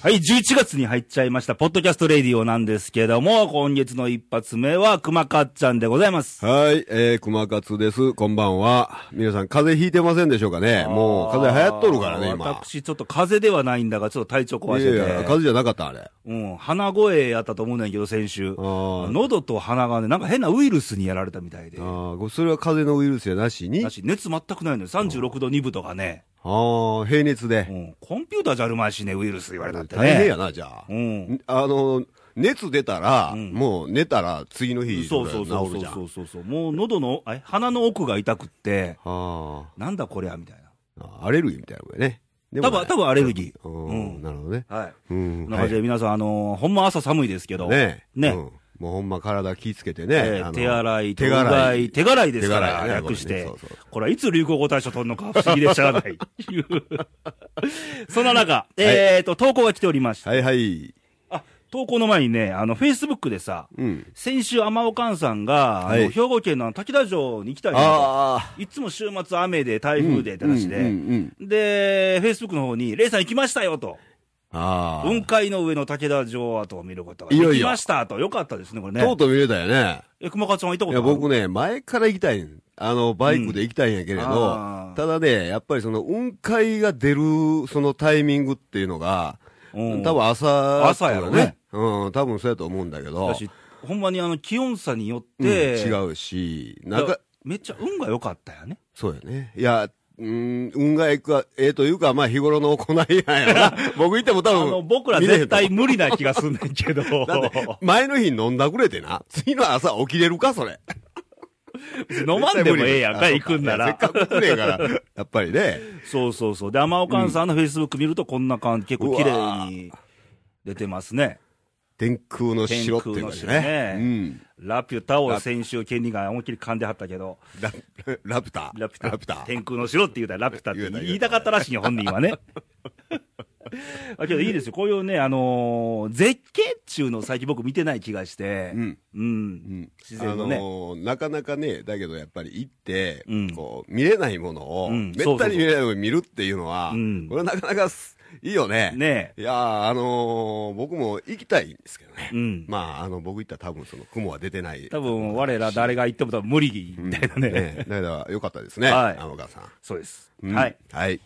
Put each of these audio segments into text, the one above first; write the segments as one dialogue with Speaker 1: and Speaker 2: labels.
Speaker 1: はい、11月に入っちゃいました、ポッドキャストレディオなんですけども、今月の一発目は、熊かっちゃんでございます。
Speaker 2: はい、えー、熊勝です。こんばんは。皆さん、風邪ひいてませんでしょうかねもう、風邪流行っとるからね、今。
Speaker 1: 私、ちょっと風邪ではないんだが、ちょっと体調壊してて。
Speaker 2: いやいや、風邪じゃなかった、あれ。
Speaker 1: うん、鼻声やったと思うんだけど、先週。
Speaker 2: ー
Speaker 1: 喉と鼻がね、なんか変なウイルスにやられたみたいで
Speaker 2: あ。ーそれは風邪のウイルスじゃなしに
Speaker 1: だし、熱全くないのよ。36度2分とかね。
Speaker 2: あー平熱
Speaker 1: う
Speaker 2: で。
Speaker 1: ん、コンピューターじゃあるまいしね、ウイルス言われたってね。
Speaker 2: 大変やな、じゃあ。
Speaker 1: うん。
Speaker 2: んあの、熱出たら、
Speaker 1: ん
Speaker 2: もう寝たら次の日、
Speaker 1: そうそうそう
Speaker 2: 治るじゃん。
Speaker 1: そうそうそう。もう喉の、え鼻の奥が痛くって、
Speaker 2: あ
Speaker 1: なんだこりゃ、みたい
Speaker 2: あ、アレルギーみたいなもんやね。で
Speaker 1: な。多
Speaker 2: も
Speaker 1: 分、多分アレルギー。
Speaker 2: う、
Speaker 1: うんん。
Speaker 2: なるほどね。
Speaker 1: はい。
Speaker 2: うん。
Speaker 1: こんな感じで皆さん、あのー、ほんま朝寒いですけど。
Speaker 2: ね
Speaker 1: ね
Speaker 2: うんもうほんま体気ぃつけて
Speaker 1: え
Speaker 2: ね。
Speaker 1: ー
Speaker 2: あの
Speaker 1: 手洗い、手
Speaker 2: 手
Speaker 1: 洗
Speaker 2: 洗
Speaker 1: い、
Speaker 2: い。
Speaker 1: 手洗いですか
Speaker 2: 手
Speaker 1: ら、
Speaker 2: 洗いね
Speaker 1: 略して、
Speaker 2: これねそうそう
Speaker 1: これはいつ流行語大賞取るのか不思議でしゃあない。 いうそんな中、えーと、投稿が来ておりました。
Speaker 2: はいはい。
Speaker 1: あ、投稿の前にね、あの、Facebook でさ、
Speaker 2: うん。
Speaker 1: 先週、天おかんさんが、あの
Speaker 2: はい
Speaker 1: 兵庫県のあの滝田城に行きたいなと。
Speaker 2: ああ。
Speaker 1: いつも週末雨で台風でって話で、
Speaker 2: うんうんうん
Speaker 1: で、Facebook の方に、レイさん行きましたよと。
Speaker 2: ああ。
Speaker 1: 雲海の上の武田城跡を見ることがで
Speaker 2: いよい
Speaker 1: き
Speaker 2: よ
Speaker 1: ましたと。よかったですね、これね。
Speaker 2: とうとう見れたよね。
Speaker 1: え、熊川ちゃんは行った
Speaker 2: い
Speaker 1: こ
Speaker 2: や、
Speaker 1: とある
Speaker 2: 僕ね、前から行きたいんあの、バイクで行きたいんやけ
Speaker 1: う
Speaker 2: れ
Speaker 1: んあ
Speaker 2: ど
Speaker 1: ー、
Speaker 2: ただね、やっぱりその、雲海が出る、そのタイミングっていうのが、
Speaker 1: うん
Speaker 2: 多分朝、
Speaker 1: 朝やろね。
Speaker 2: うん、多分そうやと思うんだけど
Speaker 1: だ、し、ほんまにあの気温差によっ
Speaker 2: うん
Speaker 1: て、
Speaker 2: 違うし、
Speaker 1: だ
Speaker 2: なんか、
Speaker 1: めっちゃ運が良かったよね。
Speaker 2: そうやね。いや、うん、運がえくわええというか、まあ日頃の行いなん やろな。僕行っても多
Speaker 1: あ
Speaker 2: 分。
Speaker 1: の、僕ら
Speaker 2: 見れへ
Speaker 1: 絶
Speaker 2: んと思う
Speaker 1: 対無理な気がすんねんけ ど、
Speaker 2: だって、前の日飲んだくれてな。次の朝起きれるか、それ。
Speaker 1: 飲まんでもええやんか、
Speaker 2: あ
Speaker 1: 行くんな
Speaker 2: せっ
Speaker 1: ら。
Speaker 2: かく来ねえから、やっぱりね。
Speaker 1: そうそうそう。で、天岡さんのフェイスブック見るとこんな感じ、結構綺
Speaker 2: うわ
Speaker 1: 麗に出てますね。
Speaker 2: 天空の城っていう感じね。
Speaker 1: 天ラピュタを先週、ケニーが思いっきり噛んではったけど、
Speaker 2: うん。ララピュタ。
Speaker 1: ラピュタ。
Speaker 2: ラピュタ。
Speaker 1: 天空の城って言うたらラピュタっ
Speaker 2: 言
Speaker 1: て
Speaker 2: うた言うた
Speaker 1: 言いたかったらしいよ、本人は ね。だけどいいですよ。こういうね、あのー絶景っちゅうのを最近僕見てない気がして、
Speaker 2: うん。
Speaker 1: うん。
Speaker 2: うん
Speaker 1: 自然のね
Speaker 2: あのーなかなかね、だけどやっぱり行って、
Speaker 1: うん
Speaker 2: こう、見れないものを、
Speaker 1: うん
Speaker 2: め
Speaker 1: そ
Speaker 2: っ
Speaker 1: うそ
Speaker 2: た
Speaker 1: うそう
Speaker 2: に見れないものを見るっていうのは、
Speaker 1: うん
Speaker 2: これはなかなかすいいよね。
Speaker 1: ね
Speaker 2: いやー、あのー僕も行きたいんですけどね。
Speaker 1: うん
Speaker 2: まあ、あの、僕行ったら多分その雲は出てない。
Speaker 1: 多分、我ら誰が言っても多分無理みたいなね。
Speaker 2: ね。だから、よかったですね。
Speaker 1: はい
Speaker 2: 天川さん。
Speaker 1: そうです。
Speaker 2: うん
Speaker 1: はい。。
Speaker 2: はい。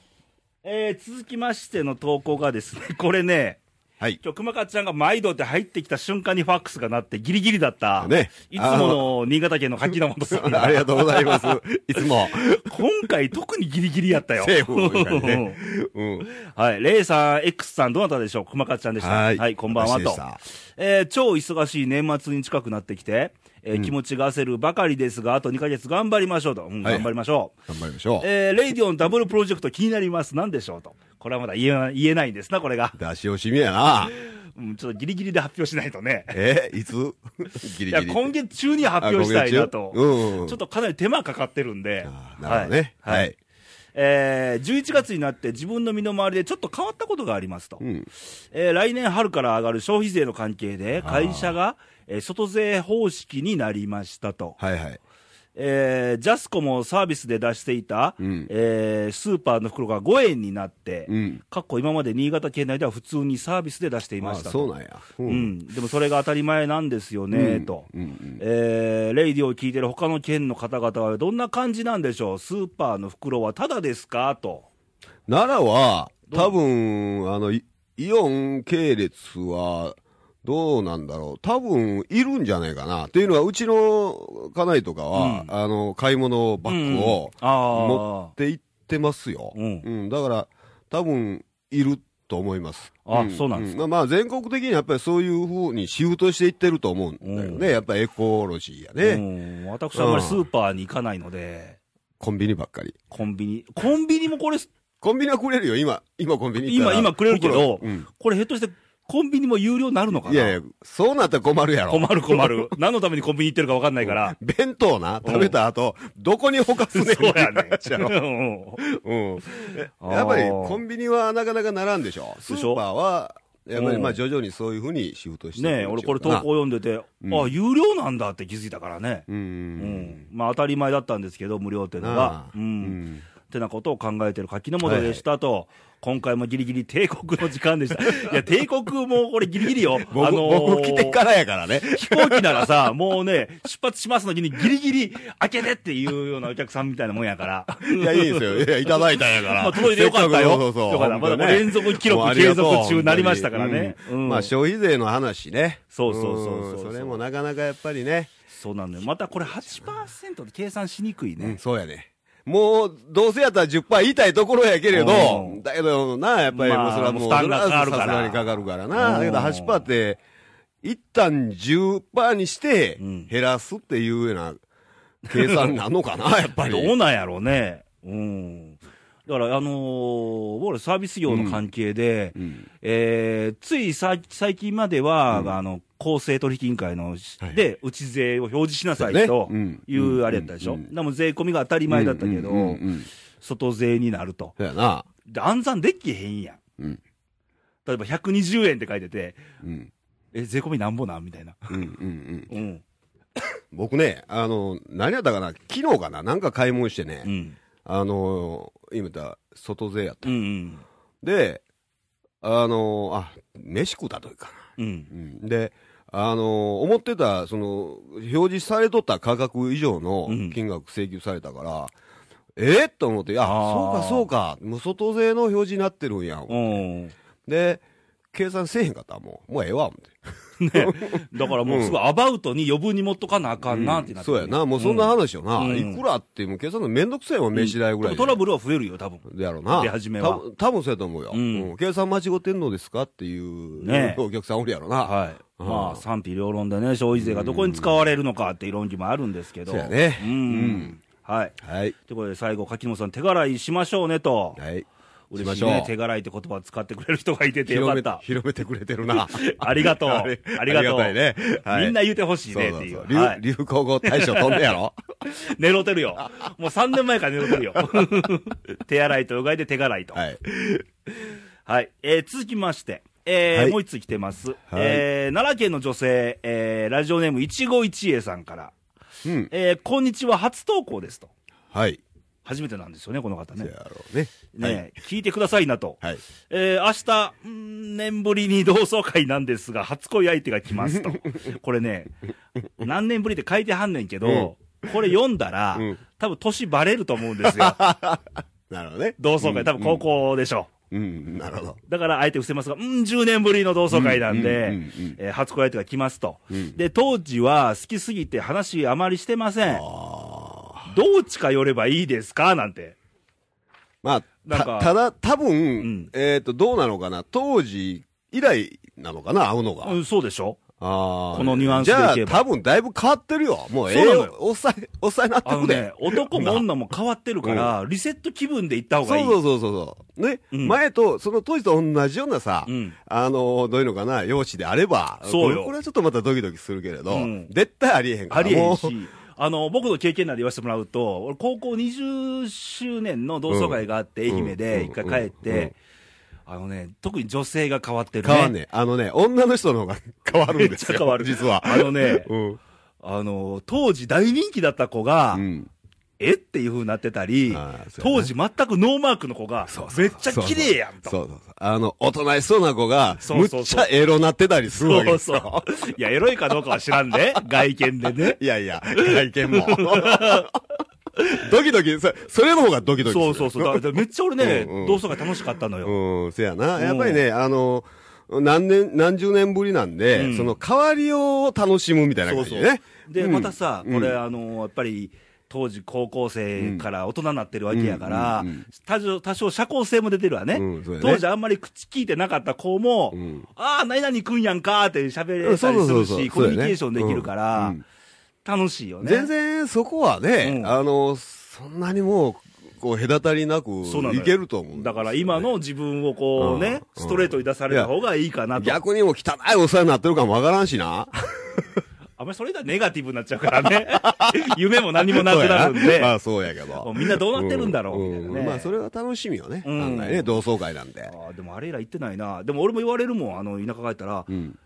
Speaker 1: えー、続きましての投稿がですね、 これね、
Speaker 2: はい。
Speaker 1: 今日熊川ちゃんが毎度って入ってきた瞬間にファックスが鳴ってギリギリだった。
Speaker 2: ね
Speaker 1: いつもの新潟県の柿の本さん が
Speaker 2: ありがとうございます。いつも、
Speaker 1: 今回特にギリギリやったよ。
Speaker 2: セーフを 言うからねうん。
Speaker 1: はい。レイさん、X さん、どなたでしょう熊勝ちゃんでした。はい。こんばんは
Speaker 2: 私でし
Speaker 1: と。
Speaker 2: た
Speaker 1: えー超忙しい年末に近くなってきて、えー気持ちが焦るばかりですが、あと2ヶ月頑張りましょうと。うん、
Speaker 2: はい
Speaker 1: 頑張りましょう。
Speaker 2: 頑張りましょう。
Speaker 1: えーレイディオンダブルプロジェクト気になります。何でしょうと。これはまだ言えない言えないんですな、これが。
Speaker 2: 出し惜しみやな。
Speaker 1: うん、ちょっとギリギリで発表しないとね。
Speaker 2: えいつギリギリ。
Speaker 1: いや、今月中には発表したいなと
Speaker 2: あ。今月中うんうん
Speaker 1: ちょっとかなり手間かかってるんで
Speaker 2: あ。なるほどね。
Speaker 1: はい。
Speaker 2: はい。
Speaker 1: えー11月になって自分の身の回りでちょっと変わったことがありますと。
Speaker 2: ん
Speaker 1: えー来年春から上がる消費税の関係で、会社が、えー外税方式になりましたと。
Speaker 2: はいはい。
Speaker 1: えージャスコもサービスで出していた、
Speaker 2: うん
Speaker 1: えースーパーの袋が5円になって、
Speaker 2: うん。
Speaker 1: かっこ今まで新潟県内では普通にサービスで出していま
Speaker 2: あ
Speaker 1: した
Speaker 2: そ
Speaker 1: と。
Speaker 2: うなんや。う
Speaker 1: う。ん、でもそれが当たり前なんですよね、と、
Speaker 2: うんうん
Speaker 1: えーレイディオを聞いてる他の県の方々はどんな感じなんでしょう、スーパーの袋はただですかと、
Speaker 2: 奈良は、多分、あの、イイオン系列は、どうなんだろう。多分、いるんじゃないかな。っていうのは、うちの家内とかは、あの、買い物バッグを
Speaker 1: うんあー
Speaker 2: 持って行ってますよ。
Speaker 1: うん
Speaker 2: だから、多分、いると思います。
Speaker 1: あそうなんです
Speaker 2: か。まあ、全国的にやっぱりそういうふうにシフトしていってると思うんだよね。やっぱエコロジーやね。
Speaker 1: うん、私はあんまりスーパーに行かないので、
Speaker 2: コンビニばっかり。
Speaker 1: コンビニ、コンビニもこれ、
Speaker 2: コンビニはくれるよ、今。今コンビニ行った
Speaker 1: 今、
Speaker 2: ら
Speaker 1: 今くれるけど、
Speaker 2: 袋うん
Speaker 1: これ、ひょっとしてコンビニも有料になるのかない
Speaker 2: やいや、そうなったら困るやろ。
Speaker 1: 困る困る、 何のためにコンビニ行ってるか分かんない から、
Speaker 2: 弁当な、食べた後、どこにほかすねん
Speaker 1: そうやね
Speaker 2: って話やろ うん。えやっぱり、コンビニはなかなかならんでしょ。ス
Speaker 1: でしょ
Speaker 2: ーパーは、やっぱり
Speaker 1: うん
Speaker 2: まあ徐々にそういうふうにシフトしていくん
Speaker 1: ねえ、
Speaker 2: でしょう
Speaker 1: 俺これ投
Speaker 2: か
Speaker 1: 稿読
Speaker 2: な
Speaker 1: んでて、あ、有料なんだって気づいたからね。
Speaker 2: う。
Speaker 1: うんん。まあ当たり前だったんですけど、無料っていうのが
Speaker 2: ああ。
Speaker 1: う。
Speaker 2: うんん
Speaker 1: ってなことを考えてる柿の本でしたと、今回もギリギリ帝国の時間で した。いや、帝国もこれギリギリよ。
Speaker 2: 僕、僕来てからやからね。
Speaker 1: 飛行機ならさ、もうね、出発しますのにギリギリ開けてっていうようなお客さんみたいなもんやから。
Speaker 2: いや、いいですよ。いや、いただいたんやから。
Speaker 1: まあ、届いてよかったよ。
Speaker 2: せくそうそうそう
Speaker 1: よかったまだ
Speaker 2: 本当
Speaker 1: もう
Speaker 2: ね
Speaker 1: 連続記
Speaker 2: もう
Speaker 1: 録
Speaker 2: あり
Speaker 1: 継
Speaker 2: がとう
Speaker 1: 続中になりましたからね。
Speaker 2: 本当に
Speaker 1: うん
Speaker 2: まあ、消費税の話ね。
Speaker 1: そうそうそうそうん
Speaker 2: それもなかなかやっぱりね。
Speaker 1: そうなんだよ。またこれ8%で計算しにくいね。
Speaker 2: うん、そうやね。もう、どうせやったら10%言いたいところやけれ
Speaker 1: う
Speaker 2: ど
Speaker 1: ん、
Speaker 2: だけどな、やっぱり
Speaker 1: まあ
Speaker 2: もうそれはもう、
Speaker 1: 負担がかかるから
Speaker 2: さすがにかかるから
Speaker 1: う
Speaker 2: な。
Speaker 1: ん
Speaker 2: だけど8%って、一旦10%にして
Speaker 1: うん、
Speaker 2: 減らすっていうような計算なのか な、やっぱり。
Speaker 1: どうなんやろうね。うん。だから、あのー、僕らサービス業の関係で、
Speaker 2: うん
Speaker 1: えーついさ最近までは、あの、公正取引委員会のし、
Speaker 2: はい
Speaker 1: で、内税を表示しなさい
Speaker 2: そうね
Speaker 1: と
Speaker 2: うん
Speaker 1: いうあれやったでしょ。
Speaker 2: うん
Speaker 1: でも税込みが当たり前だったけど、
Speaker 2: うんうんうん
Speaker 1: 外税になると。
Speaker 2: そうやな。
Speaker 1: で、暗算できへんやん。
Speaker 2: うん。
Speaker 1: 例えば120円って書いてて、
Speaker 2: うん。
Speaker 1: え、税込みなんぼなんみたいな。
Speaker 2: うん。うん。うん。
Speaker 1: うん。
Speaker 2: 僕ね、あの、何やったかな、昨日かな、なんか買い物してね、
Speaker 1: うん。
Speaker 2: あの、今言った、外税やった。
Speaker 1: うんうん。
Speaker 2: で、あの、あ、飯食うたというか
Speaker 1: うん。
Speaker 2: な。うん、で、あの、思ってた、その、表示されとった価格以上の
Speaker 1: うん
Speaker 2: 金額請求されたから、えっと思って、あ、
Speaker 1: あー
Speaker 2: そうか、そうか、もう外税の表示になってるんやん。
Speaker 1: うん。
Speaker 2: で、計算せえへんかったもう、もうええわ、思って。
Speaker 1: だからもうすごいアバウトに余分に持っとかなあかんなってなって
Speaker 2: そう
Speaker 1: ね、
Speaker 2: やな、もうそんな話よな。
Speaker 1: うん
Speaker 2: いくらって、もう計算のめんどくせえもん、飯代ぐらいで。
Speaker 1: トラブルは増えるよ、多分。
Speaker 2: やろうな。
Speaker 1: 出始めは
Speaker 2: たぶ多分そうやと思うよ、
Speaker 1: うん
Speaker 2: うん計算間違ってんのですかっていう、
Speaker 1: ねえ
Speaker 2: お客さんおるやろな。
Speaker 1: はい。
Speaker 2: うん
Speaker 1: まあ、賛否両論でね、消費税がどこに使われるのかっていう論議もあるんですけど。
Speaker 2: そうやね
Speaker 1: うん。
Speaker 2: うん
Speaker 1: はい。
Speaker 2: はい。
Speaker 1: ということで、最後、柿本さん、手洗いしましょうねと。
Speaker 2: はい。し
Speaker 1: 嬉
Speaker 2: ま
Speaker 1: し
Speaker 2: し
Speaker 1: い
Speaker 2: ょう
Speaker 1: ね。手洗いって言葉を使ってくれる人がいててよ
Speaker 2: 広
Speaker 1: か
Speaker 2: め
Speaker 1: ってた、。
Speaker 2: 広めてくれて るな。
Speaker 1: ありがとう。あ
Speaker 2: れ
Speaker 1: りがとう。
Speaker 2: ありがたいね。はい
Speaker 1: みんな言うてほしい
Speaker 2: そう
Speaker 1: ねっ
Speaker 2: そ
Speaker 1: て
Speaker 2: う
Speaker 1: い。
Speaker 2: そうう。流
Speaker 1: はい。
Speaker 2: 流行語大賞飛んでやろ
Speaker 1: 寝ろてるよ。もう3年前から寝ろてる よ。 手洗いとうがいで手洗いと。
Speaker 2: はい。
Speaker 1: はい、えー続きまして、えー
Speaker 2: はい
Speaker 1: もう一つ来てます、えー奈良県の女性、えーラジオネーム一期一会さんから、
Speaker 2: うん。
Speaker 1: えーこんにちは、初投稿ですと、
Speaker 2: はい。
Speaker 1: 初めてなんですよね、この方
Speaker 2: そう
Speaker 1: ね、
Speaker 2: やろうね。
Speaker 1: ね聞いてくださいなと、
Speaker 2: はい。
Speaker 1: えー明日うん年ぶりに同窓会なんですが、初恋相手が来ますと、 これね、何年ぶりって書いてはんねんけど、これ読んだら、
Speaker 2: うん
Speaker 1: 多分年バレると思うんです よ、
Speaker 2: なるほどね。
Speaker 1: 同窓会、多分高校でしょう。
Speaker 2: うん。うん、なるほど。
Speaker 1: だからあえて伏せますが、うん、10年ぶりの同窓会なんで、
Speaker 2: うんうんうんうん
Speaker 1: えー初恋相手が来ますと、
Speaker 2: うん
Speaker 1: で、当時は好きすぎて話あまりしてません。
Speaker 2: ああ。
Speaker 1: どう近寄ればいいですかなんて。
Speaker 2: まあ、
Speaker 1: なんか
Speaker 2: たただ、多分、
Speaker 1: ん
Speaker 2: えっ、と、どうなのかな。当時以来なのかな、会うのが。
Speaker 1: うん、そうでしょ
Speaker 2: あー
Speaker 1: このニュアンスでいけば
Speaker 2: じゃあ、多分だいぶ変わってるよ。もうえ
Speaker 1: そ
Speaker 2: え
Speaker 1: うなの
Speaker 2: よ
Speaker 1: よ。
Speaker 2: おっさん、おっさんになって
Speaker 1: あの
Speaker 2: く
Speaker 1: ね
Speaker 2: れ。、
Speaker 1: 男も女も変わってるから、リセット気分で行った
Speaker 2: そ
Speaker 1: 方
Speaker 2: う
Speaker 1: がいい。
Speaker 2: そうそうそう。ね、
Speaker 1: うん
Speaker 2: 前と、その当時と同じようなさ、
Speaker 1: うん
Speaker 2: あの、どういうのかな、容姿であれば、
Speaker 1: そうよ
Speaker 2: これはちょっとまたドキドキするけれど、
Speaker 1: うん
Speaker 2: 絶対ありえへんか
Speaker 1: あ
Speaker 2: ら。
Speaker 1: りえへん
Speaker 2: もう
Speaker 1: し、あの、僕の経験なんで言わせてもらうと、俺高校20周年の同窓会があって、
Speaker 2: うん
Speaker 1: 愛媛で一回帰って、
Speaker 2: うんうん
Speaker 1: あのね、特に女性が変わってるね。
Speaker 2: 変わんねんあのね、女の人の方が 変わるんです
Speaker 1: めっちゃ
Speaker 2: よ。
Speaker 1: 変わる
Speaker 2: 実は。
Speaker 1: あのね
Speaker 2: うん。
Speaker 1: あの、当時大人気だった子が、
Speaker 2: うん。
Speaker 1: えっていう風になってたり
Speaker 2: あー、そうや
Speaker 1: 当
Speaker 2: な
Speaker 1: 時全くノーマークの子が、めっちゃ綺麗やん
Speaker 2: そ
Speaker 1: と。
Speaker 2: うそうそう。あの、大人しそうな子が、
Speaker 1: そうそうそう
Speaker 2: むっちゃエロなってたりするわけ
Speaker 1: そ
Speaker 2: で
Speaker 1: う
Speaker 2: す
Speaker 1: そう
Speaker 2: よ。。
Speaker 1: いや、エロいかどうかは知らん で、外見でね。
Speaker 2: いやいや、外見 も。ドキドキ、そそれの方がドキドキする。
Speaker 1: そうそうそう。だからめっちゃ俺ね
Speaker 2: うんう、ん
Speaker 1: 同窓会楽しかったのよ。
Speaker 2: うん、せやな。
Speaker 1: ん
Speaker 2: やっぱりね、あの、何年、何十年ぶりなんで、
Speaker 1: うん
Speaker 2: その変わりを楽しむみたいな
Speaker 1: そう
Speaker 2: 感じ
Speaker 1: そ
Speaker 2: で
Speaker 1: う
Speaker 2: ね。。
Speaker 1: で、
Speaker 2: うん
Speaker 1: またさ、これ
Speaker 2: うん
Speaker 1: あの、やっぱり、当時高校生から大人になってるわけやから
Speaker 2: うんうんうん、
Speaker 1: 多少、多少社交性も出てるわね
Speaker 2: うんそう。やね
Speaker 1: 当時あんまり口聞いてなかった子も
Speaker 2: ん、
Speaker 1: ああ、何々くんやんかーって喋
Speaker 2: う
Speaker 1: れ
Speaker 2: んそ
Speaker 1: た
Speaker 2: うそ
Speaker 1: り
Speaker 2: う
Speaker 1: す
Speaker 2: そ
Speaker 1: る
Speaker 2: うそう
Speaker 1: し、コ
Speaker 2: そう
Speaker 1: ミュ
Speaker 2: やね
Speaker 1: ニケーションできるか
Speaker 2: う
Speaker 1: ら
Speaker 2: ん、
Speaker 1: 楽しいよね。
Speaker 2: 全然そこはね、
Speaker 1: うん
Speaker 2: あの、そんなにもう、こう、隔たりなく
Speaker 1: そうなのよ
Speaker 2: いけると思うんですよね
Speaker 1: だから今の自分をこうね、
Speaker 2: うん
Speaker 1: ストレートに出された方がいいかなと。
Speaker 2: 逆にもう汚いお世話になってるかもわからんしな。
Speaker 1: あんまりそれがネガティブになっちゃうからね。 夢も何 もなくなるん
Speaker 2: そうや
Speaker 1: で、
Speaker 2: まあそうやけど。
Speaker 1: みんなどうなってるんだろう、みたいなね。
Speaker 2: んまあそれは楽しみよね。
Speaker 1: うん
Speaker 2: 案外ね、同窓会なんで。
Speaker 1: あーでもあれ以来行ってないな。でも俺も言われるもん、あの、田舎帰ったら、
Speaker 2: うん。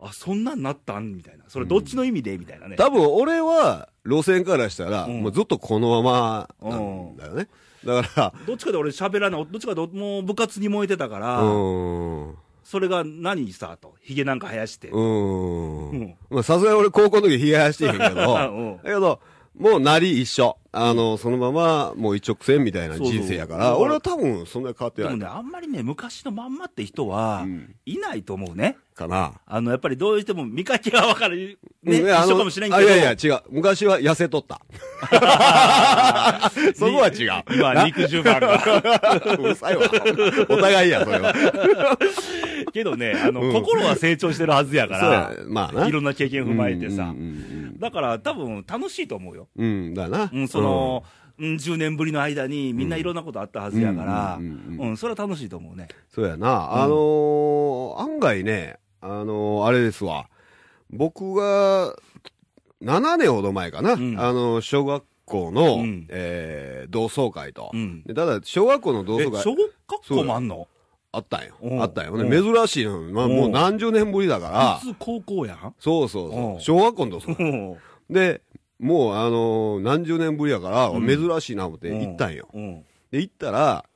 Speaker 1: あ、そんなんなったんみたいな。それどっちの意味でみたいなね。
Speaker 2: 多分俺は路線からしたら、
Speaker 1: うん
Speaker 2: もうずっとこのままなんだよね。だか
Speaker 1: どっちかで俺喋らない。どっちかでもう部活に燃えてたから
Speaker 2: ら、、うん。
Speaker 1: それが何さ、と。髭なんか生やして。
Speaker 2: う
Speaker 1: うん
Speaker 2: ん。まあさすがに俺高校の時冷やしてへんけ
Speaker 1: うん
Speaker 2: ど、だけど、もうなり一緒。あの、そのままもう一直線みたいな人生やか
Speaker 1: そう
Speaker 2: ら、
Speaker 1: そう
Speaker 2: 俺は多分そんなに変わって
Speaker 1: でも
Speaker 2: ない
Speaker 1: ね、あんまりね、昔のまんまって人は
Speaker 2: うん、
Speaker 1: いないと思うね。
Speaker 2: かな。
Speaker 1: あの、やっぱりどうしても見かけが分かる、ね、
Speaker 2: うん
Speaker 1: 一
Speaker 2: いやあの
Speaker 1: 緒かもしれんけど。
Speaker 2: あいやいや、違う。昔は痩せ とった。そこは違う。
Speaker 1: 今、肉汁感が。
Speaker 2: うるさいわ。お互いや、それは。
Speaker 1: けどね、あの、心は成長してるはずやから
Speaker 2: そうや、まあない
Speaker 1: ろんな経験踏まえてさ。
Speaker 2: うんうん
Speaker 1: だから、多分、楽しいと思うよ。
Speaker 2: うんうん。うんだな。
Speaker 1: うん、その、うん、10年ぶりの間に、みんないろんなことあったはずやから、う
Speaker 2: うんうんうんうん
Speaker 1: ん、それは楽しいと思うね。
Speaker 2: そうやな。あのー案外ね、あのーあれですわ。僕が、7年ほど前かな。
Speaker 1: ん
Speaker 2: あのー小学校の、
Speaker 1: うん
Speaker 2: えー同窓会と。
Speaker 1: うん
Speaker 2: でただ、小学校の同
Speaker 1: え、
Speaker 2: 窓
Speaker 1: 小
Speaker 2: 会
Speaker 1: 学校もあんの
Speaker 2: あったんよ
Speaker 1: う。ん
Speaker 2: あったよ
Speaker 1: う
Speaker 2: ね。珍しいの。まあ、
Speaker 1: うん
Speaker 2: もう何十年ぶりだから。
Speaker 1: 普通高校やん
Speaker 2: そうそう
Speaker 1: う
Speaker 2: そ
Speaker 1: ん
Speaker 2: う。小学校の同窓
Speaker 1: う
Speaker 2: 会。
Speaker 1: ん。
Speaker 2: で、もう、あのー何十年ぶりやから、
Speaker 1: うん
Speaker 2: 珍しいな思って行ったんよ。
Speaker 1: うん。
Speaker 2: で、行ったら、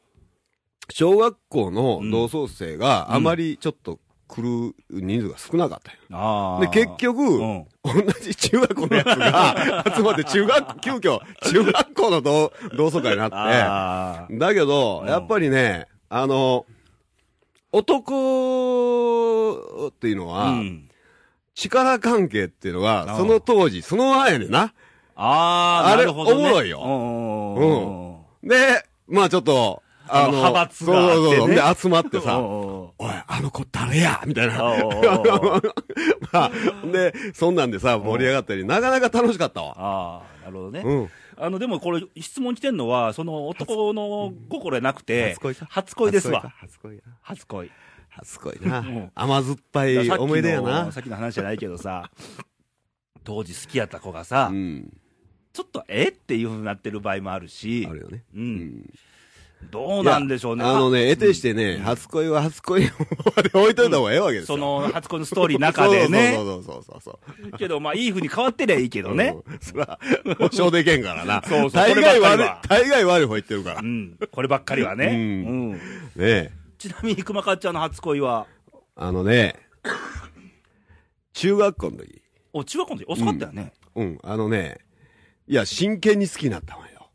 Speaker 2: 小学校の同窓生
Speaker 1: うん
Speaker 2: があまりちょっと来る人数が少なかったよ。
Speaker 1: ああ。
Speaker 2: で、結局、
Speaker 1: うん
Speaker 2: 同じ中学校のやつ が集まって中学、急遽、中学校の同同窓会になっ
Speaker 1: あ
Speaker 2: て、だけど
Speaker 1: う、ん
Speaker 2: やっぱりね、あの、男っていうの
Speaker 1: あ。
Speaker 2: は、
Speaker 1: うん。
Speaker 2: 力関係っていうの
Speaker 1: あ
Speaker 2: は、
Speaker 1: あ
Speaker 2: その当時、その前やねんな。
Speaker 1: ああ、
Speaker 2: あれ
Speaker 1: なるほどね。
Speaker 2: おもろいよ
Speaker 1: うんうんうんうん。
Speaker 2: で、まあちょっと、
Speaker 1: あの派閥があってね
Speaker 2: そうそうそう。で、集まってさ、
Speaker 1: さ、
Speaker 2: おい、あの子誰やみたいな。
Speaker 1: おうおうおう
Speaker 2: まあ、で、そんなんでさ、盛り上がったり、なかなか楽しかったわ。
Speaker 1: ああ、なるほどね。
Speaker 2: うん。
Speaker 1: あの、でもこれ、質問来てんのは、その男の心じゃなくて、
Speaker 2: 初恋か
Speaker 1: 初恋ですわ。
Speaker 2: 初恋か
Speaker 1: 初恋。
Speaker 2: 初恋
Speaker 1: うん
Speaker 2: な。甘酸っぱ
Speaker 1: だ
Speaker 2: い
Speaker 1: からさっきの
Speaker 2: 思い出やな。
Speaker 1: さっきの話じゃないけど さ、当時好きやった子がさ、
Speaker 2: うん。
Speaker 1: ちょっとえっていうふうになってる場合もあるし、
Speaker 2: あるよね。
Speaker 1: う。
Speaker 2: うんん。
Speaker 1: どうなんでしょうね。
Speaker 2: いやあのね、
Speaker 1: は
Speaker 2: 得てしてね、初恋は初恋 まで置いといた方がええわけです
Speaker 1: そ
Speaker 2: よ。
Speaker 1: の初恋のストーリーの中で
Speaker 2: そう
Speaker 1: ね。
Speaker 2: そうそうそうそうそう。
Speaker 1: けど、まあ、いいふうに変わってりゃいいけどね。
Speaker 2: うん。そら、保証できんからな。
Speaker 1: そうそう
Speaker 2: 大
Speaker 1: これ
Speaker 2: 概
Speaker 1: ばっかり
Speaker 2: 悪い
Speaker 1: は、
Speaker 2: 大概悪い方言ってるから。
Speaker 1: う
Speaker 2: ね
Speaker 1: ん。こればっかりはね。
Speaker 2: うん
Speaker 1: うん
Speaker 2: え。
Speaker 1: ちなみに、熊川ちゃんの初恋は、
Speaker 2: あのね、中学校の時。
Speaker 1: お、中学校の時遅かったよね。
Speaker 2: うん、あのね、いや、真剣に好きになったわよ。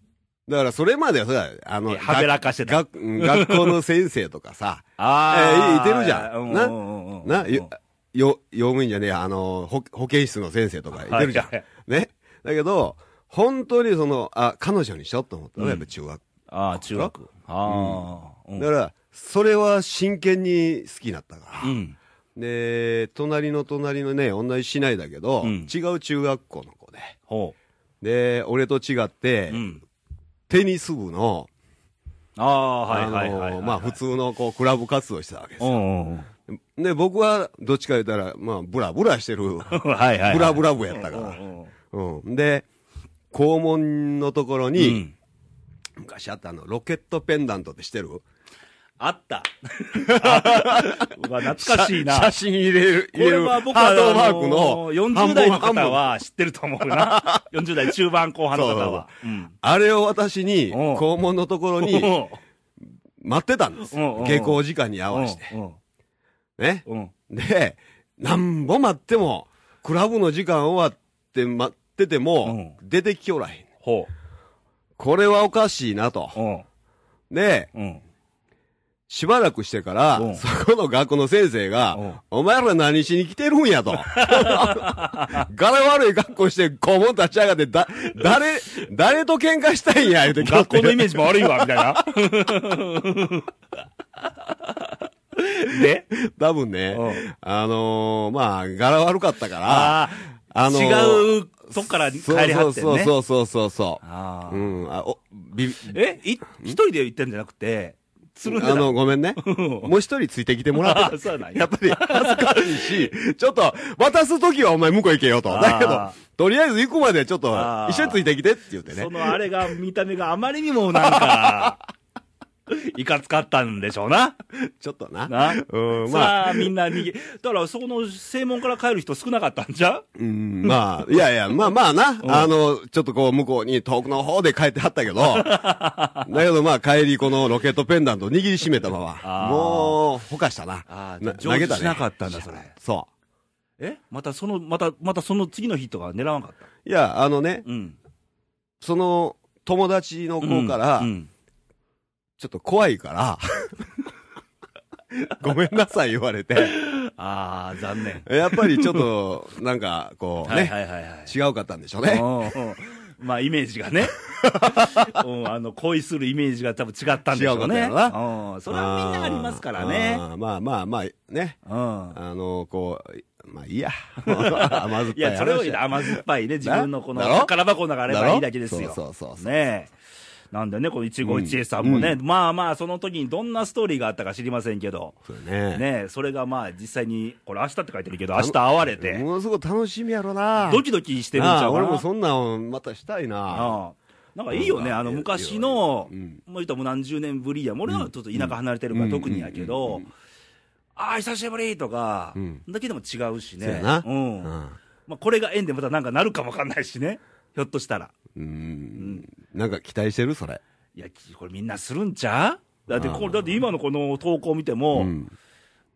Speaker 2: だから、それまではさ、あの、
Speaker 1: えはべらかしてた
Speaker 2: 学うん学校の先生とか さ、
Speaker 1: あ
Speaker 2: えーいいいてるじゃん
Speaker 1: う
Speaker 2: な
Speaker 1: うんうんうん
Speaker 2: な、よ、よ、用務員じゃねえや、あの、保保健室の先生とかいてるじゃん。
Speaker 1: はい
Speaker 2: ね。だけど、本当にその、あ、彼女にしようと思ったの
Speaker 1: うん
Speaker 2: が、やっぱ中学。
Speaker 1: ああ、中学。ああ。うん
Speaker 2: だから、それは真剣に好きになったから。
Speaker 1: うん。
Speaker 2: で、隣の隣のね、同じ市内だけど、
Speaker 1: うん
Speaker 2: 違う中学校の子で。
Speaker 1: ほ
Speaker 2: で、俺と違って、
Speaker 1: う。うん。
Speaker 2: テニス部の、
Speaker 1: ああ、はい
Speaker 2: あの
Speaker 1: はいはいはい。
Speaker 2: まあ普通のこうクラブ活動してたわけです
Speaker 1: う
Speaker 2: よ。
Speaker 1: んうんうん。
Speaker 2: で、僕はどっちか言ったら、まあブラブラしてる、
Speaker 1: はいはい。
Speaker 2: ブラブ
Speaker 1: ラ
Speaker 2: ラ部やったから。
Speaker 1: ら。
Speaker 2: うん。で、校門のところ
Speaker 1: う
Speaker 2: に、
Speaker 1: ん。
Speaker 2: 昔あったあの、ロケットペンダントってしてる
Speaker 1: あった。 あうわ懐かしいな。
Speaker 2: 写写真入れる、
Speaker 1: こ
Speaker 2: 入れ
Speaker 1: れ
Speaker 2: る、
Speaker 1: は僕は、
Speaker 2: ハ
Speaker 1: あ
Speaker 2: ー
Speaker 1: の
Speaker 2: トマークの、
Speaker 1: 40代の
Speaker 2: 半分
Speaker 1: 方、は知ってると思うな。40代 中盤後半の方は。うん
Speaker 2: あれを私に、
Speaker 1: うん
Speaker 2: 校門のとこ ろに待ってたんです。
Speaker 1: うんうん
Speaker 2: 下校時間に合わせて。
Speaker 1: うん
Speaker 2: ね。
Speaker 1: うんうん
Speaker 2: で、なんぼ待っても、クラブの時間終わって待ってても、出てきおらへん。
Speaker 1: ほ
Speaker 2: これはおかしいなと
Speaker 1: う。。うん
Speaker 2: で、
Speaker 1: うん。
Speaker 2: しばらくしてから、
Speaker 1: うん
Speaker 2: そこの学校の先生が、
Speaker 1: うん
Speaker 2: お前ら何しに来てるんやと。 柄悪い格好して、校門立ち上がって、だ、誰、誰と喧嘩したいんや、言うて来よ
Speaker 1: 学
Speaker 2: って
Speaker 1: 校のイメージも悪いわ、みたい な。で、
Speaker 2: 多分ね、
Speaker 1: うん
Speaker 2: あのーまあ、柄悪かったから、
Speaker 1: ああ、
Speaker 2: あのう
Speaker 1: 違うとこから帰りはってんね。
Speaker 2: そうそうそうそうそうそう。
Speaker 1: あ
Speaker 2: う
Speaker 1: ー
Speaker 2: ん、あ、お、び、
Speaker 1: え、い一人で行ってんじゃなくて、つるんで
Speaker 2: あの、ごめんね。もう一人ついてきてもらってた
Speaker 1: あー そうなんや
Speaker 2: やっぱり恥ずかしいし、ちょっと、渡すときはお前向こう行けよと。
Speaker 1: あー
Speaker 2: だけど、とりあえず行くまでちょっと
Speaker 1: あー、
Speaker 2: 一緒についてきてって言って ね
Speaker 1: そ。のあれが、見た目があまりにもなんか、いかつかったんでしょうな。
Speaker 2: ちょっとな。
Speaker 1: な。
Speaker 2: うん、まあ、
Speaker 1: さあ、みんな逃げ、だからそこの正門から帰る人少なかったんじゃう
Speaker 2: うん、まあ、いやいや、まあまあな、あの、ちょっとこう、向こうに遠くの方で帰ってはったけど、だけどまあ、帰り、このロケットペンダント握りしめたまま
Speaker 1: あ、ー
Speaker 2: もう、ほかしたな。
Speaker 1: あ
Speaker 2: な
Speaker 1: あ、
Speaker 2: 投
Speaker 1: 上
Speaker 2: げ
Speaker 1: 手
Speaker 2: た
Speaker 1: しなか
Speaker 2: ね。
Speaker 1: ったんだ、それ。
Speaker 2: そ
Speaker 1: えまたその、また、またその次の日とか狙わなかった
Speaker 2: う。いや、あのね、
Speaker 1: うん。
Speaker 2: その、友達の子から、
Speaker 1: うんうん
Speaker 2: ちょっと怖いから、 ごめんなさい言われて、
Speaker 1: ああ、残 念。
Speaker 2: やっぱりちょっと、なんか、こう
Speaker 1: は
Speaker 2: ね、
Speaker 1: いはいはいはい。
Speaker 2: 違うかったんでしょ うね。
Speaker 1: うんうんまあ、イメージが ね。うん、あの、恋するイメージが多分違ったんでしょうね。
Speaker 2: 違うかったよ
Speaker 1: うん。それはみんなありますからね。
Speaker 2: あー。まあまあまあ、ね。
Speaker 1: うん。
Speaker 2: あの、こう、まあい いや。甘酸っぱい話
Speaker 1: いや、それ
Speaker 2: だ
Speaker 1: を甘酸っぱいね、自分のこの
Speaker 2: だろ
Speaker 1: 宝箱の中あればいいだけですよ。
Speaker 2: そうそうそうそう。
Speaker 1: ねえ。なんでね、この一期一会さんもね、まあまあ、その時にどんなストーリーがあったか知りませんけど、
Speaker 2: そう
Speaker 1: ね
Speaker 2: ね。
Speaker 1: え、それがまあ、実際に、これ、明日って書いてるけど、明日会われて、
Speaker 2: ものすごい楽しみやろな。
Speaker 1: ド
Speaker 2: っ
Speaker 1: キドキしてるんちゃうかな。
Speaker 2: 俺もそんなんまたしたいな。
Speaker 1: ああなんかいいよね、
Speaker 2: うん
Speaker 1: あの昔の、
Speaker 2: うん
Speaker 1: もう言ったらもう何十年ぶりや、俺はちょっと田舎離れてるから特にやけど、ああ、久しぶりとか、
Speaker 2: うん
Speaker 1: だけでも違うし
Speaker 2: そうや
Speaker 1: ね、
Speaker 2: な。
Speaker 1: うんまあ、これが縁でまたなんかなるかもわかんないしね、ひょっとしたら、
Speaker 2: うん。うん。なんか期待してるそれ。
Speaker 1: いや、きこれみんなするんちゃうだってこ
Speaker 2: あ
Speaker 1: れ、
Speaker 2: あ
Speaker 1: だって今のこの投稿見て
Speaker 2: う
Speaker 1: も、
Speaker 2: ん。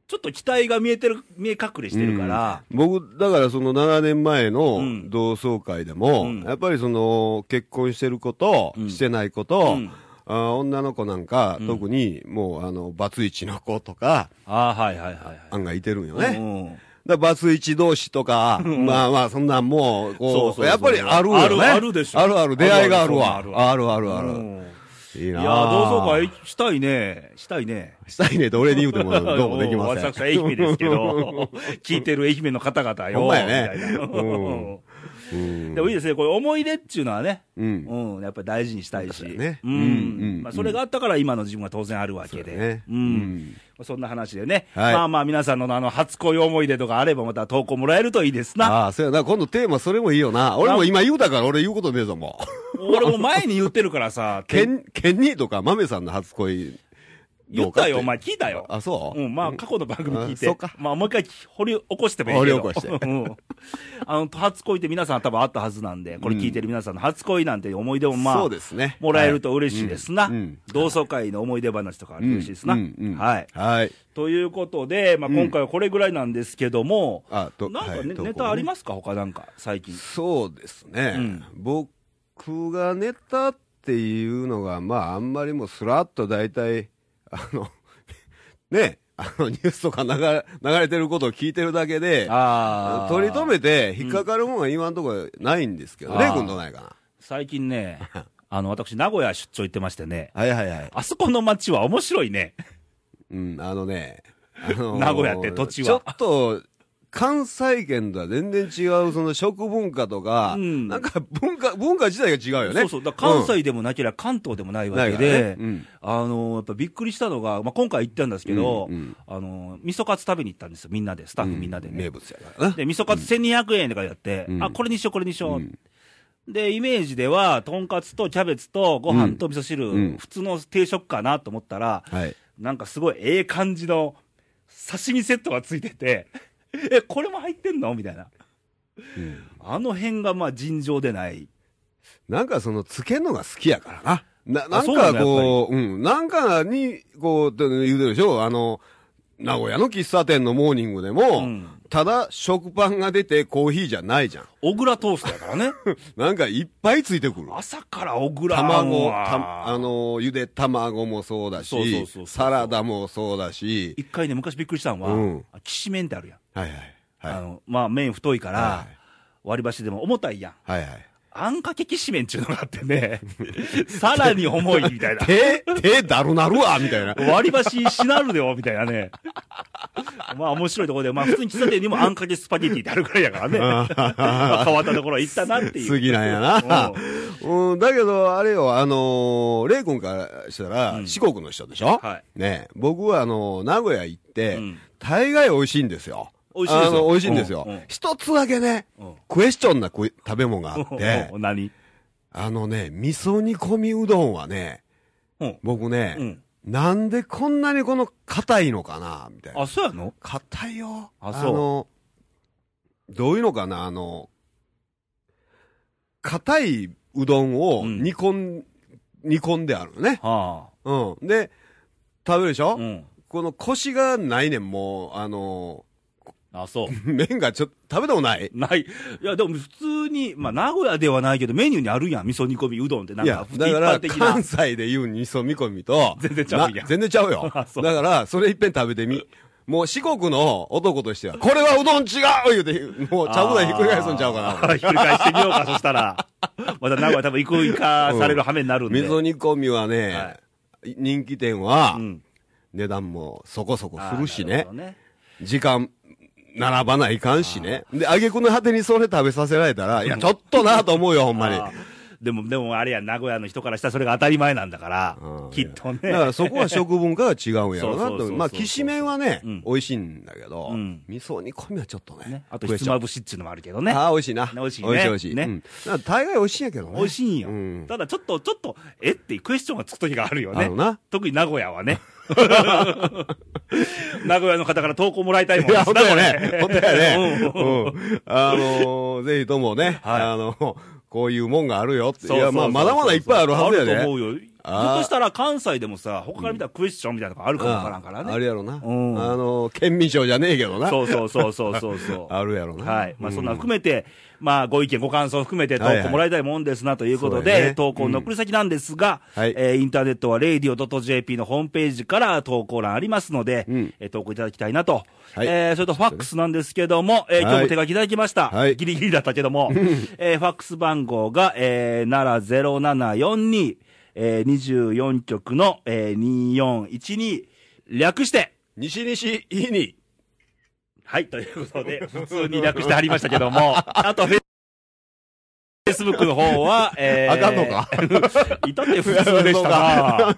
Speaker 1: ちょっと期待が見えてる、見え隠れしてるから、
Speaker 2: うん僕、だからその7年前
Speaker 1: う
Speaker 2: の
Speaker 1: ん
Speaker 2: 同窓会でも、
Speaker 1: うん
Speaker 2: やっぱりその結婚してること、
Speaker 1: うん
Speaker 2: してないこと、
Speaker 1: うん
Speaker 2: あ女の子なんか、
Speaker 1: うん
Speaker 2: 特にもうあのバツイチの子とか、
Speaker 1: ああ、はいはいはい、は
Speaker 2: 案外いてるんよ
Speaker 1: い。
Speaker 2: ね。
Speaker 1: うん
Speaker 2: だからバツイチ同士とか、まあまあ、そんなんもう、
Speaker 1: そう
Speaker 2: こ
Speaker 1: そう
Speaker 2: う、
Speaker 1: そう
Speaker 2: やっぱりあるよね。
Speaker 1: あるあるでしょ
Speaker 2: あるある、出会いがあるわ。
Speaker 1: あ
Speaker 2: あ
Speaker 1: る
Speaker 2: る
Speaker 1: あ
Speaker 2: あるある
Speaker 1: うん
Speaker 2: いい
Speaker 1: い
Speaker 2: な
Speaker 1: や
Speaker 2: ぁ
Speaker 1: 同窓会したいね、したいね。
Speaker 2: したいねって俺に言うても、どうもで きません
Speaker 1: 私。は愛媛ですけ ど、聞いてる愛媛の方々よ。
Speaker 2: ほんまやね
Speaker 1: みたいな
Speaker 2: うんうん
Speaker 1: でもいいですね、これ思い出っていうのはね、
Speaker 2: うん。
Speaker 1: うん、やっぱり大事にしたいし。
Speaker 2: そうだね
Speaker 1: う
Speaker 2: うん
Speaker 1: ん。
Speaker 2: うん
Speaker 1: まあそれがあったから今の自分は当然あるわけ
Speaker 2: そうだ
Speaker 1: で
Speaker 2: ね。
Speaker 1: う
Speaker 2: うんん。
Speaker 1: そんな話でね。
Speaker 2: はい
Speaker 1: まあまあ皆さんのあの、初恋思い出とかあればまた投稿もらえるといいですな。
Speaker 2: ああ、そうやな。今度テーマそれもいいよな。俺も今言うたから俺言うことねえ ぞ、も
Speaker 1: 俺も前に言ってるからさ、
Speaker 2: う。ケン、ケンニーとかマメさんの初恋、
Speaker 1: 言ったよ、お前聞いたよ。
Speaker 2: あ、そう
Speaker 1: うん、まあ、過去の番組聞いて、
Speaker 2: あそうか
Speaker 1: まあ、もう一回掘り起こしてもいいけど。
Speaker 2: 掘り起こして
Speaker 1: うん。あの、初恋って皆さん多分あったはずなんで、これ聞いてる皆さんの初恋なんて思い出もまあ、
Speaker 2: そうですね。
Speaker 1: もらえると嬉しいですな。
Speaker 2: はいうん
Speaker 1: 同窓会の思い出話とかあると嬉しいですな。
Speaker 2: うんうんうん
Speaker 1: はい。
Speaker 2: はい。
Speaker 1: ということで、まあ、今回はこれぐらいなんですけども、
Speaker 2: あと
Speaker 1: なんかね、
Speaker 2: はい投稿ね
Speaker 1: ネタありますか他なんか、最近。
Speaker 2: そうですね、
Speaker 1: うん
Speaker 2: 僕がネタっていうのが、まあ、あんまりもうすらっと大体、あの ね、あのニュースとか流れ流れてることを聞いてるだけで、
Speaker 1: あ
Speaker 2: 取り留めて、引っかかるもんは今のところないんですけどね、
Speaker 1: あー
Speaker 2: 今度ないかな。
Speaker 1: 最近ね、あの、私、名古屋出張行ってましてね、
Speaker 2: はいはいはい。
Speaker 1: あそこの街は面白いね。
Speaker 2: うん、あのね、あのー
Speaker 1: 名古屋って土地は
Speaker 2: ちょっと、関西圏とは全然違う、その食文化とか、
Speaker 1: うん
Speaker 2: なんか文化、文化自体が違うよね。
Speaker 1: そうそう。だから関
Speaker 2: うん
Speaker 1: 西でもなければ関東でもないわ
Speaker 2: ない
Speaker 1: け
Speaker 2: から
Speaker 1: で
Speaker 2: ね、うん
Speaker 1: あのーやっぱびっくりしたのが、まあ、今回行ったんですけど、
Speaker 2: うんうん
Speaker 1: あのー味噌カツ食べに行ったんですよ、みんなで、スタッフみんなでね。
Speaker 2: 名物やからな。
Speaker 1: で、味噌カツ1200円とかやって、
Speaker 2: うん
Speaker 1: あ、これにしよう、これにしよう。
Speaker 2: うん
Speaker 1: で、イメージでは、とんかつとキャベツとご飯と味噌汁、
Speaker 2: うん
Speaker 1: 普通の定食かなと思ったら、
Speaker 2: はい。
Speaker 1: なんかすごいええ感じの刺身セットがついてて、 え、これも入ってんのみたいな。あの辺がまあ尋常でない。
Speaker 2: なんかその、つけんのが好きやからな。な、な
Speaker 1: あ
Speaker 2: ん
Speaker 1: そうなの
Speaker 2: かこう、うん、なんかに、こう、言うてるでしょあの、名古屋の喫茶店のモーニングでも、
Speaker 1: うん
Speaker 2: ただ食パンが出てコーヒーじゃないじゃん。
Speaker 1: 小倉トーストやから ね。
Speaker 2: なんかいっぱいついてくる。
Speaker 1: 朝から小倉
Speaker 2: 卵、
Speaker 1: は
Speaker 2: たあの、ゆで卵もそうだし
Speaker 1: そうそうそうそう
Speaker 2: サラダもそうだし、
Speaker 1: 一回ね、昔びっくりしたのは、
Speaker 2: うん
Speaker 1: きしめんってあるやん。
Speaker 2: はいはい。はい
Speaker 1: あの、まあ、麺太いから、
Speaker 2: はい
Speaker 1: 割り箸でも重たいやん。
Speaker 2: はいはい。
Speaker 1: あんかけきしめんっていうのがあってね、 さらに重いみたいな。
Speaker 2: 手、手だるなるわみたいな。
Speaker 1: 割り箸しなるでよ、みたいなね。まあ面白いところで、まあ普通に喫茶店にもあんかけスパゲティってあるくらいやからね。まあ変わったところは行ったな っていう。
Speaker 2: 過ぎなんやな。うん、だけど、あれよ、あのーレイ君からしたら、
Speaker 1: うん
Speaker 2: 四国の人でしょ、
Speaker 1: はい
Speaker 2: ねえ僕は、あのー名古屋行って、
Speaker 1: うん
Speaker 2: 大概美味しいんですよ。
Speaker 1: 美味しいですよ
Speaker 2: あの美味しいんですよ
Speaker 1: うんうん。
Speaker 2: 一つだけね
Speaker 1: うん、
Speaker 2: クエスチョンな食い食べ物があ
Speaker 1: うん
Speaker 2: って
Speaker 1: お、何
Speaker 2: あのね、味噌煮込みうどんはね、
Speaker 1: うん。
Speaker 2: 僕ね、
Speaker 1: うん。
Speaker 2: なんでこんなにこの硬いのかなみたいな。
Speaker 1: あ、そうやの
Speaker 2: 硬いよ。
Speaker 1: あそう
Speaker 2: の、どういうのかなあの、硬いうどんを
Speaker 1: うん
Speaker 2: 煮込ん、煮込んであるよね。
Speaker 1: は
Speaker 2: うん。で、食べるでし
Speaker 1: あ。
Speaker 2: ょ、
Speaker 1: うん。
Speaker 2: この腰がないねん、もう、あの、
Speaker 1: あ、そう。
Speaker 2: 麺がちょっと食べたことない。
Speaker 1: ない。いや、でも普通に、まあ、名古屋ではないけど、メニューにあるやん。味噌煮込みうどんって、なん
Speaker 2: い
Speaker 1: か
Speaker 2: や、、
Speaker 1: 一
Speaker 2: だから
Speaker 1: 般、的な
Speaker 2: 関。西で言う味噌煮込みと、
Speaker 1: 全然ちゃうやん
Speaker 2: な全然ちゃうよ
Speaker 1: あ。そう
Speaker 2: だから、それいっぺん食べてみ。もう四国の男としては、これはうどん違う言うて、もうちゃぶ台ひっくり返すんちゃうか
Speaker 1: あ
Speaker 2: な。
Speaker 1: ーひっくり返してみようか、そしたら。 また名古屋多分行く行かされる羽目になるんで。
Speaker 2: 味噌煮込みはね、
Speaker 1: は
Speaker 2: 人気店は、
Speaker 1: うん。
Speaker 2: 値段もそこそこするし
Speaker 1: あーな
Speaker 2: ね
Speaker 1: ほど、ね。
Speaker 2: 時間、並ばないかんしね。で、挙句の果てにそれ食べさせられたら、いや、ちょっとなと 思うよ、ほんまに。
Speaker 1: あーでも、でもあれや、名古屋の人からしたらそれが当たり前なんだから
Speaker 2: う、ん
Speaker 1: きっとね。
Speaker 2: だからそこは食文化が違うんやろ
Speaker 1: そうそ
Speaker 2: うな
Speaker 1: うそう
Speaker 2: と。
Speaker 1: そう
Speaker 2: まあ、きしめんはね、
Speaker 1: うん
Speaker 2: 美味しいんだけど、
Speaker 1: うん
Speaker 2: 味噌煮込みはちょっとね。
Speaker 1: ね、あと、
Speaker 2: 食え
Speaker 1: ひつ
Speaker 2: ちゃ
Speaker 1: ま
Speaker 2: う
Speaker 1: ぶしっちゅうのもあるけどね。
Speaker 2: ああ、美味しいな。
Speaker 1: 美味しいね
Speaker 2: 美味しい美味しい。
Speaker 1: ね
Speaker 2: うんだから大概美味しいんやけどね。
Speaker 1: 美味しいんよ。
Speaker 2: うん
Speaker 1: ただ、ちょっと、ちょっと、えってクエスチョンがつく時があるよ
Speaker 2: あ
Speaker 1: ね
Speaker 2: の。な。
Speaker 1: 特に名古屋はね。名古屋の方から投稿もらいたい もん
Speaker 2: いや、
Speaker 1: こ
Speaker 2: 本当
Speaker 1: れ
Speaker 2: やね。本当やね。
Speaker 1: うん
Speaker 2: うん。あのー、ぜひともね、
Speaker 1: はい
Speaker 2: あの、こういうもんがあるよって。い
Speaker 1: そうそうそう
Speaker 2: や、まあ、まだまだいっぱいあるはずやで。
Speaker 1: あると思うよ。ずっ
Speaker 2: あー
Speaker 1: としたら関西でもさ、他から見たらクエスチョンみたいなのがあるかもわからんから
Speaker 2: ああ
Speaker 1: ね。
Speaker 2: るやろな。あ
Speaker 1: うん
Speaker 2: の、県民賞じゃねえけどな。
Speaker 1: そうそうそうそうそうそう。
Speaker 2: あるやろな。
Speaker 1: はい。まあ、そんな
Speaker 2: う
Speaker 1: 含めて、まあ、ご意見、ご感想含めて投
Speaker 2: はいは
Speaker 1: 稿
Speaker 2: い
Speaker 1: もらいたいもんですなということ
Speaker 2: そう
Speaker 1: で、
Speaker 2: やね
Speaker 1: 投稿の送り先なんですが、
Speaker 2: うんはい
Speaker 1: えーインターネットは radio.jp のホームページから投稿欄ありますので、
Speaker 2: うん
Speaker 1: えー投稿いただきたいなと。
Speaker 2: はい
Speaker 1: えーそれとファックスなんですけども、えー今日も手書きいただきました。
Speaker 2: はい
Speaker 1: ギリギリだったけども、 えーファックス番号が、えー、奈良0742、えー、24局の、えー、2412、略して、
Speaker 2: 西西いいに。
Speaker 1: はい、ということ で、普通に略してありましたけども、あとフェ、イスブックの方 は、えー、
Speaker 2: あかんのか
Speaker 1: いたって普通でした が、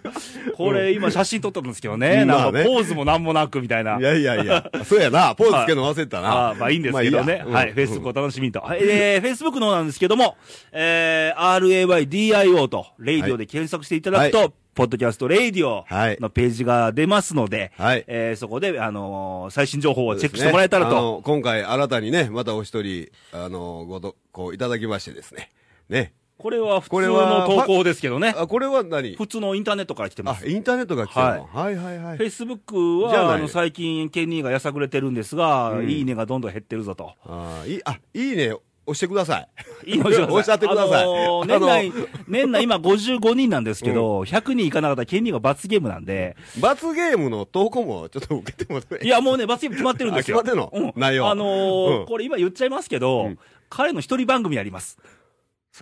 Speaker 1: これ今写真撮ったんですけどね、
Speaker 2: うん
Speaker 1: な
Speaker 2: まあ
Speaker 1: んか
Speaker 2: ね
Speaker 1: ポーズもなんもなくみたいな。
Speaker 2: いやいやいや、そうやな、ポーズつけるの忘れてたな。
Speaker 1: あまあいいんですけどね。はい。フェイスブックお楽しみにと。はいえー、フェイスブックの方なんですけども、えー、RAYDIO と、レイディオで検索していただくと、
Speaker 2: は
Speaker 1: ポッドキャストレイディオ
Speaker 2: はい
Speaker 1: のページが出ますので、
Speaker 2: はい
Speaker 1: えーそこで、あのー最新情報を
Speaker 2: ク
Speaker 1: チェックしてもらえたらと。
Speaker 2: 今回新たにね、またお一人、あの、ごと、こういただきましてですね。ね。
Speaker 1: これは普
Speaker 2: こ
Speaker 1: 通
Speaker 2: れ
Speaker 1: の
Speaker 2: は
Speaker 1: 投稿ですけどね。
Speaker 2: あ、これは何
Speaker 1: 普通のインターネットから来てま
Speaker 2: あ、
Speaker 1: す。
Speaker 2: インターネットが来たの。はいはいはい
Speaker 1: フェ。イスブック
Speaker 2: じゃ
Speaker 1: は、
Speaker 2: ない
Speaker 1: あの、最近、ケニーがやさぐれてるんですが、
Speaker 2: うん
Speaker 1: いいねがどんどん減ってるぞと。
Speaker 2: あいい、あ、いいね、押してください。
Speaker 1: いいねをしてください
Speaker 2: おっしゃってください
Speaker 1: あのー
Speaker 2: あの
Speaker 1: 年内、年内今55人なんですけど、100人いかなかったらケニーが罰ゲームなんで、
Speaker 2: 罰ゲームの投稿もちょっと受けてもらって
Speaker 1: いやもうね、罰ゲーム決まってるんですよ。
Speaker 2: あ 決まってんの
Speaker 1: うん
Speaker 2: 内容
Speaker 1: あのー
Speaker 2: うん
Speaker 1: これ今言っちゃいますけど、彼の一人番組やります。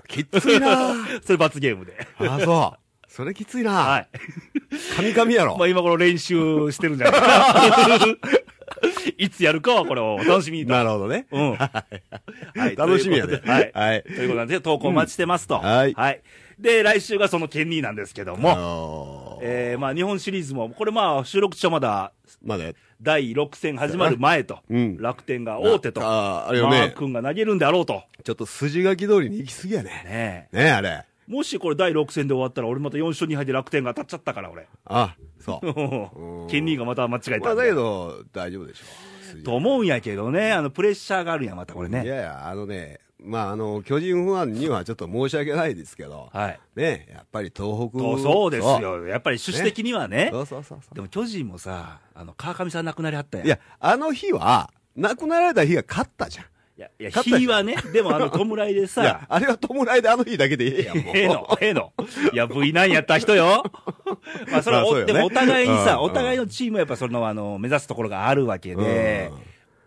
Speaker 2: きついなあ
Speaker 1: それ罰ゲームで。
Speaker 2: あ、そう。それきついな
Speaker 1: は
Speaker 2: あ
Speaker 1: い。
Speaker 2: カミカミやろ
Speaker 1: ま。あ今頃練習してるんじゃないか な。いつやるかはこれをお楽しみにと。
Speaker 2: なるほどね。
Speaker 1: うん。はい
Speaker 2: 楽しみやで
Speaker 1: ということはい。
Speaker 2: はい
Speaker 1: ということなんで、投稿お待ちしてますと。
Speaker 2: んはい
Speaker 1: で、来週がそのケンニーなんですけど
Speaker 2: あ
Speaker 1: も、
Speaker 2: のー
Speaker 1: えー、まあ、日本シリーズも、これまあ、収録中はまだ、
Speaker 2: まだ、
Speaker 1: 第6戦始まる前と、
Speaker 2: うん
Speaker 1: 楽天が王手と、
Speaker 2: ああれよ
Speaker 1: マ
Speaker 2: ね
Speaker 1: ー君が投げるんであろうと。
Speaker 2: ちょっと筋書き通りに行き過ぎやね。
Speaker 1: ねえ
Speaker 2: ねえ、あれ。
Speaker 1: もしこれ第6戦で終わったら、俺また4勝2敗で楽天が当たっちゃったから、俺。
Speaker 2: あ、そう。ん
Speaker 1: ケンニーがまた間違え
Speaker 2: ま
Speaker 1: た
Speaker 2: あ、
Speaker 1: ん
Speaker 2: だけ
Speaker 1: で。
Speaker 2: ど、大丈夫でしょう。筋
Speaker 1: と思うんやけどね、あの、プレッシャーがあるんや、またこれ
Speaker 2: い
Speaker 1: ね。
Speaker 2: やいや、あのね、まあ、あの、巨人ファンにはちょっと申し訳ないですけど、
Speaker 1: はい。
Speaker 2: ねえ、やっぱり東北
Speaker 1: とそうです。よ。やっぱり趣旨的にはね
Speaker 2: そうそうそうそう
Speaker 1: でも巨人もさ、あの、川上さん亡くなりはったやん。
Speaker 2: いや、あの日は、亡くなられた日が勝ったじゃん。
Speaker 1: いや、いや、
Speaker 2: 勝った
Speaker 1: 日はね、でもあの、弔いで
Speaker 2: いや
Speaker 1: さ、、
Speaker 2: あれは弔いであの日だけでええやん、もう。
Speaker 1: ええの、ええの。いや、V9 やった人よ。まあ、それは
Speaker 2: まあ
Speaker 1: お、
Speaker 2: そうよね
Speaker 1: でもお互いにさ、
Speaker 2: うん
Speaker 1: お互いのチームはやっぱその、あの、目指すところがあるわけで
Speaker 2: うん、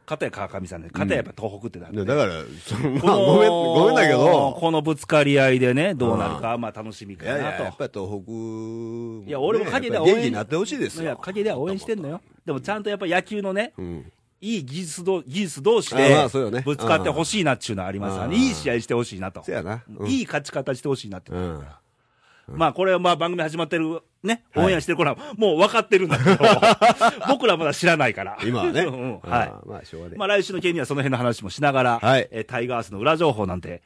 Speaker 1: かたや川上さんで、かたややっぱ東北ってなる。
Speaker 2: ねだから、その
Speaker 1: こ
Speaker 2: まあ、
Speaker 1: の
Speaker 2: ごめん、ごめんだけど、
Speaker 1: このぶつかり合いでね、どうなるか、まあ楽しみ
Speaker 2: い
Speaker 1: か
Speaker 2: やいや、
Speaker 1: な
Speaker 2: やっ
Speaker 1: と。
Speaker 2: ぱり東北もね、
Speaker 1: いや、俺も陰では
Speaker 2: やっ
Speaker 1: 応
Speaker 2: ぱ
Speaker 1: 援。
Speaker 2: り元気になってほしいです
Speaker 1: いや、
Speaker 2: よ。
Speaker 1: 陰では応援してんのよ。でもちゃんとやっぱ野球のね、
Speaker 2: うん。
Speaker 1: いい技術ど技術同士
Speaker 2: あま
Speaker 1: で
Speaker 2: あそうよね、
Speaker 1: ぶつかってほしいなっていうのはありますよね。
Speaker 2: うん
Speaker 1: いい試合してほしいなと。
Speaker 2: せやなうん
Speaker 1: いい勝ち方してほしいなって。
Speaker 2: うん。
Speaker 1: まあ、これはまあ番組始まってる、ね、
Speaker 2: はい
Speaker 1: オンエアしてる頃はもう分かってるんだ けど、僕らまだ知らないから。
Speaker 2: 今はね。
Speaker 1: うん
Speaker 2: うん
Speaker 1: は。
Speaker 2: まあ、しょうがないい。
Speaker 1: まあ、来週の件にはその辺の話もしながら、
Speaker 2: はい
Speaker 1: えータイガースの裏情報なんて、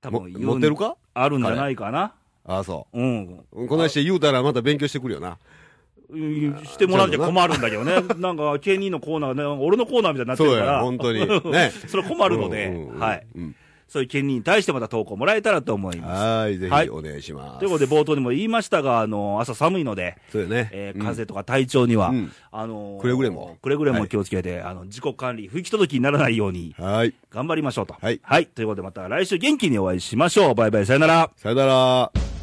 Speaker 1: 多
Speaker 2: も
Speaker 1: 分言う
Speaker 2: 持ってるか
Speaker 1: あるんじゃないかな。
Speaker 2: ああ、そ
Speaker 1: うん。
Speaker 2: う。この人言うたらまた勉強してくるよな。
Speaker 1: うんしてもらうじゃ困るんだけどね。なんか、K2 のコーナーがね、なんか俺のコーナーみたいになってる
Speaker 2: そう
Speaker 1: か
Speaker 2: や、
Speaker 1: ら。
Speaker 2: 本当に。 ね。
Speaker 1: それ困るので、
Speaker 2: うんうんうん
Speaker 1: はい。
Speaker 2: うん
Speaker 1: そういう権利に対してまた投稿もらえたらと思います。
Speaker 2: はーい、ぜ
Speaker 1: は
Speaker 2: ひ
Speaker 1: い
Speaker 2: お願いします。
Speaker 1: ということで、冒頭にも言いましたが、あの、朝寒いので、
Speaker 2: そうやね。
Speaker 1: えー
Speaker 2: うん
Speaker 1: 風邪とか体調には、
Speaker 2: うん
Speaker 1: あのー
Speaker 2: くれぐれも
Speaker 1: くれぐれ
Speaker 2: は
Speaker 1: も
Speaker 2: い
Speaker 1: 気をつけて、あの、自己管理、不行き届きにならないように、
Speaker 2: はーい。
Speaker 1: 頑張りましょうと。
Speaker 2: はい
Speaker 1: ということで、また来週元気にお会いしましょう。バイバイ、さよなら。
Speaker 2: さよなら。